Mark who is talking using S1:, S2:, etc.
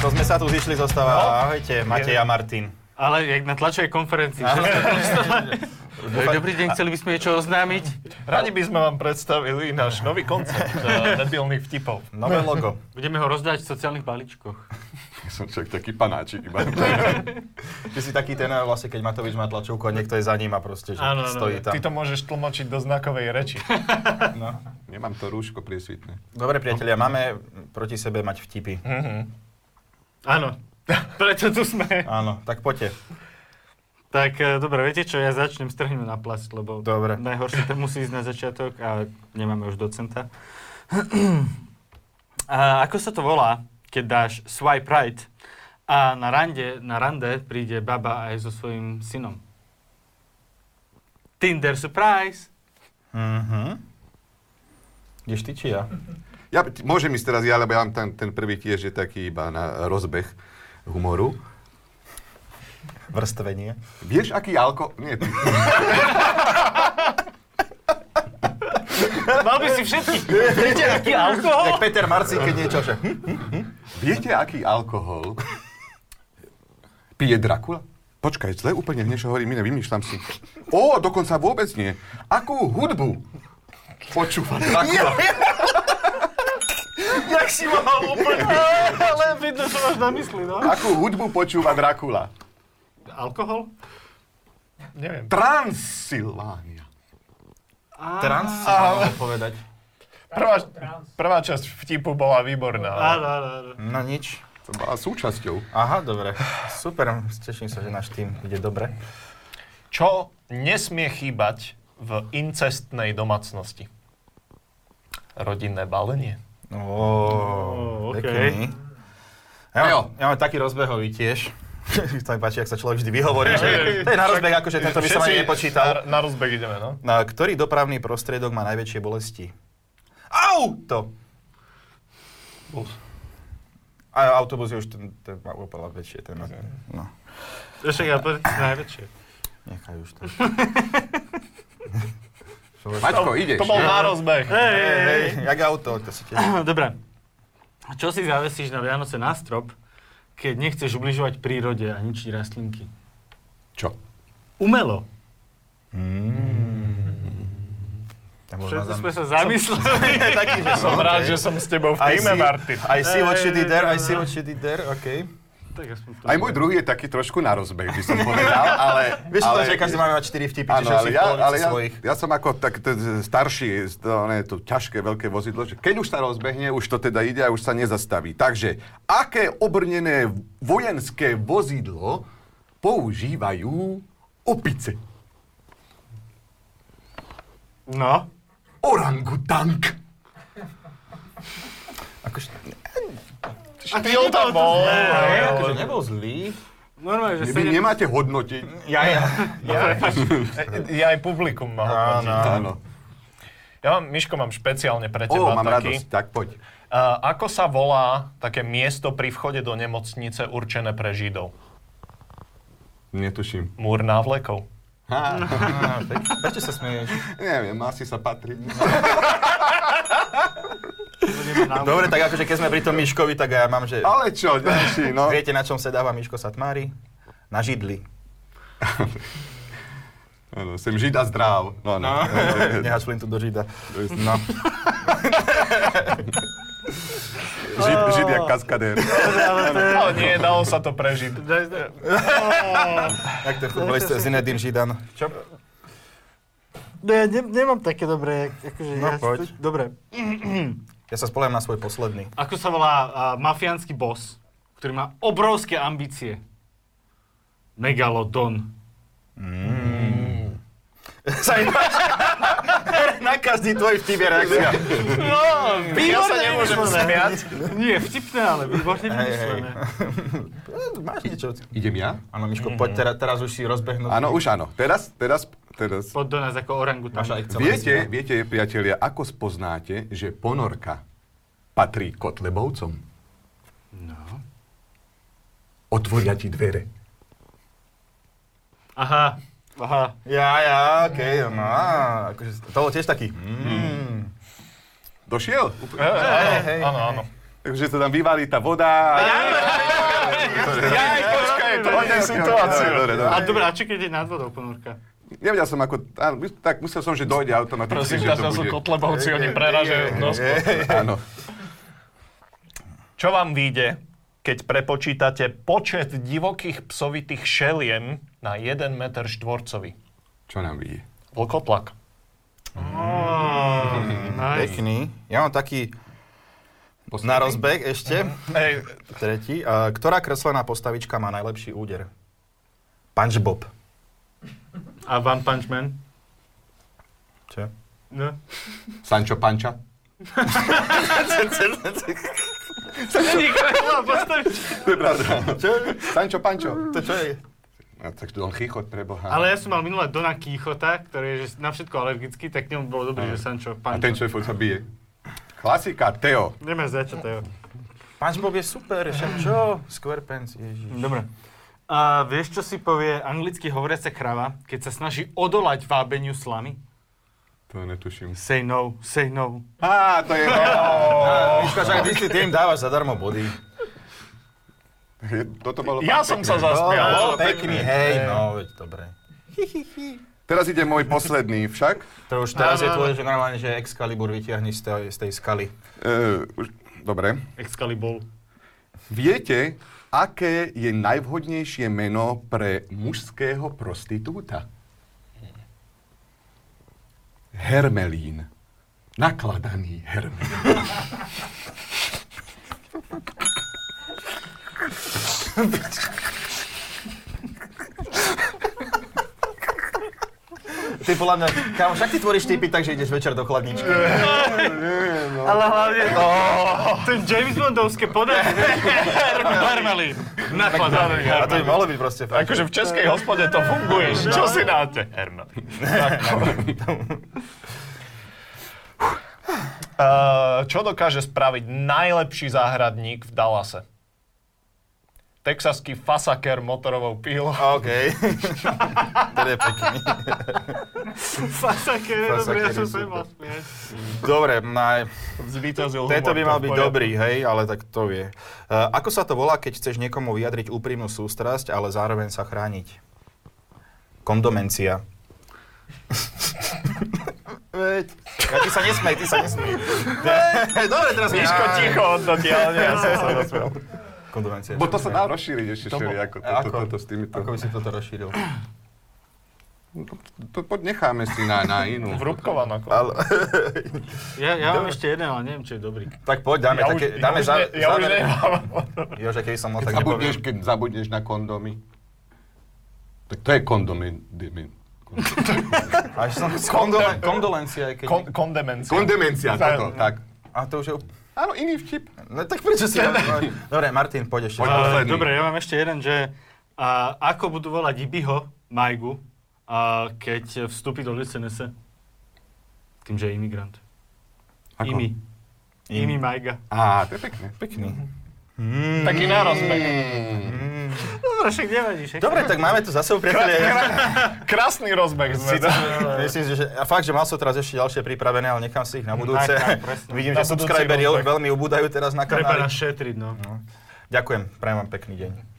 S1: to sme sa tu zišli zostáva.
S2: No.
S1: Ahojte, Matej a Martin.
S2: Ale jak na tlačovej konferencii.
S1: Áno.
S2: že? E, Dobrý deň, chceli by sme niečo oznámiť?
S3: Radi by sme vám predstavili náš nový koncept eh, debilných vtipov.
S1: Nové logo.
S2: Budeme ho rozdať v sociálnych balíčkoch.
S4: Som však taký panáčik iba.
S1: Ty si taký ten, vlastne, keď Matovič má tlačovku a niekto je za ním a proste, že
S2: Áno, áno,
S1: stojí tam.
S3: Ty to môžeš tlmočiť do znakovej reči.
S1: No.
S4: Nemám to rúško priesvitné.
S1: Dobre, priatelia, máme proti sebe mať vtipy.
S3: Mhm.
S2: Áno, preto tu sme.
S1: Áno, tak poďte.
S2: Tak e, dobre, viete čo, ja začnem strhnúť na plast, lebo
S1: Dobre.
S2: najhoršie to musí ísť na začiatok a nemáme už docenta. a ako sa to volá, keď dáš swipe right a na rande, na rande príde baba aj so svojím synom? Tinder surprise!
S1: Mhm. Ideš ty či ja?
S4: Ja, t- môžem ísť teraz ja, lebo ja mám ten, ten prvý tiež je taký iba na rozbeh humoru.
S1: Vrstvenie.
S4: Vieš, aký alko... Nie, ty.
S2: Mal by si všetkých. Viete, aký alkohol?
S1: Jak Peter Marcin, keď niečo, že... Hm?
S4: Viete, aký alkohol pije Drakula? Počkaj, zle úplne niečo hovorím, iné vymýšľam si. Ó, dokonca vôbec nie. Akú hudbu počúva Drakula?
S2: Jak si mal úplne. Ale vidno, čo máš na mysli, no.
S4: Akú hudbu počúva Drakula?
S2: Alkohol?
S3: Neviem.
S4: Transylvánia.
S1: Trans, mohol povedať.
S3: Prvá, prvá časť vtipu bola výborná.
S2: Áno, áno, áno.
S1: No nič.
S4: To bola súčasťou.
S1: Aha, dobre. Super, teším sa, že náš tým ide dobre.
S3: Čo nesmie chýbať v incestnej domácnosti? Rodinné balenie.
S1: Oh,
S2: OK.
S1: pekný. Ja,
S4: Ajo.
S1: mám, ja mám taký rozbehový tiež. to mi páči, ak sa človek vždy vyhovorí, že to je na rozbeh, akože tento by som ani
S3: Všetci
S1: nepočítal.
S3: Na, na rozbeh ideme, no.
S1: Na ktorý dopravný prostriedok má najväčšie bolesti? Auto!
S3: Bus.
S1: A autobus je už ten, ten má oveľa väčšie. Ten, no,
S2: Však ja povedz najväčšie.
S1: nechaj už to.
S4: Maťko, ideš.
S3: To bol na rozbeh.
S2: Hej,
S1: Hej,
S2: hej,
S1: hej,
S2: hej.
S1: jak auto, to si tiež...
S2: Dobre. Čo si zavesíš na Vianoce na strop, keď nechceš ubližovať prírode a ničiť rastlinky?
S4: Čo?
S2: Umelo.
S1: Ja možno
S2: Všetci
S1: zam-
S2: sme sa zamysleli.
S1: Taký, že
S3: Som
S1: OK.
S3: rád, že som s tebou v
S1: I
S3: týme,
S1: see,
S3: Martin.
S1: I see what she did there, I see what she did there, OK.
S2: tak aspoň to.
S4: Aj môj druhý je taký trošku na rozbeh, by som povedal, ale...
S1: Vieš,
S4: ale,
S1: ale... že každý máme mať 4 vtipy,
S4: Áno,
S1: čiže
S4: ale
S1: si
S4: ja, ale ja,
S1: svojich.
S4: ja som ako tak t- starší, to, ne, to ťažké veľké vozidlo, že keď už sa rozbehne, už to teda ide a už sa nezastaví. Takže, aké obrnené vojenské vozidlo používajú opice?
S2: No.
S4: Orangutank.
S1: Akože,
S3: Štýl tam bol.
S1: ale...
S3: ale-
S1: akože nebol zlý.
S2: Normálne, že
S4: Vy
S2: sedem-
S4: nemáte hodnotiť.
S1: Ja, ja.
S3: Ja aj publikum má hodnotiť.
S4: Áno.
S3: Ja mám, Miško, mám špeciálne pre
S4: O,
S3: teba
S4: mám
S3: taký.
S4: radosť, tak poď.
S3: Uh, ako sa volá také miesto pri vchode do nemocnice určené pre Židov?
S4: Netuším.
S3: Múr návlekov.
S1: Á,
S4: Á,
S1: pe- Prečo sa smeješ?
S4: neviem, asi sa patrí.
S2: budeme na-
S1: Dobre, tak akože keď sme pri tom Miškovi, tak ja mám, že...
S4: Ale čo, ďalší, no.
S1: Viete, na čom sa dáva Miško Satmári? Na židli.
S4: Áno, sem žida zdrav. No, no.
S1: Nehač len tu do žida. No.
S4: Žid, žid jak kaskadér.
S3: Ale No, nie, dalo sa to prežiť.
S2: Daj, daj.
S1: Jak to futbolista Zinedine Židan. Čo?
S2: No ja ne, nemám také dobré, akože
S1: No,
S2: ja...
S1: poď.
S2: Dobre.
S1: Ja sa spolám na svoj posledný.
S2: Ako sa volá uh, mafiánsky boss, ktorý má obrovské ambície? Megalodon.
S1: Sa mi páči. Na každý tvoj vtip je reakcia.
S2: No,
S3: Ja sa nemôžem smiať.
S2: Nie, vtipné, ale výborne
S1: Hej, hej.
S2: vymyslené.
S1: Máš niečo?
S4: Idem ja?
S1: Áno, Miško, poď, teraz, teraz už si rozbehnutý.
S4: Áno, už áno. Teraz, teraz, teraz.
S2: Pod do nás ako orangutan.
S1: Máš aj celé
S4: Viete, viete, priatelia, ako spoznáte, že ponorka patrí kotlebovcom?
S2: No.
S4: Otvoria ti dvere.
S2: Aha, aha.
S1: Ja, ja, okej, no, á, akože to bol tiež taký. Mm.
S4: Došiel?
S3: Áno,
S1: hej.
S3: áno, áno.
S4: Takže sa tam vyvarí tá voda. a-
S2: Ja aj
S3: Počkaj, to nie je
S4: Dobre,
S3: situáciu.
S4: dobre, dobre.
S2: A dobré, a čo keď je nad vodou ponorka?
S4: Nevedel som ako... Áno, tak musel som, že dojde automaticky,
S3: Prosím
S4: že
S3: ťa,
S4: to
S3: to sú
S4: bude.
S3: kotlebovci, oni preražajú nos.
S4: Áno.
S3: Čo vám vyjde, keď prepočítate počet divokých psovitých šeliem na 1 meter štvorcový?
S4: Čo nám vidí?
S3: Vlkotlak.
S2: Nice.
S1: Pekný. Ja mám taký na rozbeh ešte,
S3: Ej,
S1: tretí. A Ktorá kreslená postavička má najlepší úder? Punchbob.
S2: A One Punch Man?
S1: Čo?
S2: No.
S4: Sancho Panča?
S2: No,
S4: To je pravda. Čo? Sancho Pančo.
S1: To čo je?
S4: A tak Don Chichot preboha.
S2: Ale ja som mal minulé Dona Kýchota, ktorý je že na všetko alergický, tak k nemu bolo dobrý, že Sancho
S4: A ten,
S2: Pancho.
S4: čo je furt sa bije. Klasika, Teo.
S2: Nemáš za čo to je.
S1: Punchbob je super, však čo? Squarepants, ježiš.
S2: Dobre. A vieš, čo si povie anglicky hovoriaca krava, keď sa snaží odolať vábeniu slamy?
S4: To netuším.
S2: Say no, say no.
S4: Á, to je...
S1: Vyškáš, ak ty si tým dávaš zadarmo body.
S4: Toto bolo
S3: ja
S4: fakt
S3: som
S4: pekné.
S3: sa zasmial.
S1: No, pekný, hej, no, veď dobre.
S4: Teraz ide môj posledný však.
S1: To už teraz je tvoje, že normálne, že Excalibur vytiahni z tej, z tej skaly.
S4: E, už, dobre.
S2: Excalibur.
S4: Viete, aké je najvhodnejšie meno pre mužského prostitúta? Hermelín. Nakladaný hermelín.
S1: Ty podľa mňa, kámo, však ty tvoríš typy, takže ideš večer do chladničky.
S2: Ale hlavne to, to je James Bondovské podanie. Hermelín. Nakladaný
S1: A to by
S2: Hermelín.
S1: malo byť proste fakt.
S3: Akože v českej hospode to funguje. Čo si dáte? Herman. Uh, čo dokáže spraviť najlepší záhradník v Dallase? Texaský fasaker motorovou pílou.
S1: OK. to je pekný.
S2: Fasakery, dobre, ja
S1: Fasakery sú
S2: som sa nemal
S1: to.
S2: smiať.
S1: Dobre, na,
S3: Zvíťazil
S1: tento
S3: humor,
S1: by
S3: to
S1: mal
S3: v
S1: byť
S3: poriadku.
S1: dobrý, hej, ale tak to vie. Uh, ako sa to volá, keď chceš niekomu vyjadriť úprimnú sústrasť, ale zároveň sa chrániť? Kondomencia. Veď. Ja, ty sa nesmej, ty sa nesmej. Dobre, teraz
S3: Miško, ticho, odnoti, ale nie, ja som sa rozprával.
S1: Kondomencia.
S4: Bo to sa dá rozšíriť ešte
S3: To bol-
S4: šeli, ako to, to,
S1: Ako?
S4: to, to, s týmito.
S1: Ako by si toto rozšíril?
S4: To, to necháme si na, na inú.
S3: V Rubkovanoku.
S1: Ale,
S2: Ja, ja mám ešte jeden, ale neviem, čo je dobrý.
S1: tak poď, dáme
S3: Ja už,
S1: také...
S3: ja
S1: dáme
S3: už,
S1: zá-
S3: ne, ja už
S1: záver-
S3: nemám.
S1: Jože, keby som mal,
S4: Keď
S1: tak
S4: zabudneš,
S1: nepoviem.
S4: keď zabudneš na kondomy. Tak to je kondomin. dimin- kondom-
S1: Až som... Kondole, kondolencia, keď...
S3: Kon, kondemencia.
S4: Kondemencia, toto, tak.
S1: A to už je... úpl-
S4: Áno, iný vtip.
S1: No tak prečo si... Dobre, Martin, poď ešte.
S4: Poď.
S2: Ale
S4: Posledný.
S2: Dobre, ja mám ešte jeden, že a, ako budú volať Ibiho, Majgu, a, keď vstúpi do SNS? Tým, že je imigrant.
S4: Ako?
S2: Imi. Imi Majga.
S4: Á, to je pekné.
S1: Pekný.
S3: Taký nározbeh.
S4: Hmm.
S2: Dobre, No, však nevadí, však.
S1: Dobre, tak máme tu za sebou, priatelia.
S3: Krásny rozbeh sme.
S1: Síce, Myslím si, že a fakt, že mal som teraz ešte ďalšie pripravené, ale nechám si ich na budúce.
S2: Tak, tak, presne.
S1: Vidím,
S3: Na
S1: že
S3: budúci
S1: subscriberi
S3: rozbeh.
S1: veľmi ubúdajú teraz na
S2: Treba
S1: kanáli.
S2: nás šetriť, no.
S1: Ďakujem, prajem vám pekný deň.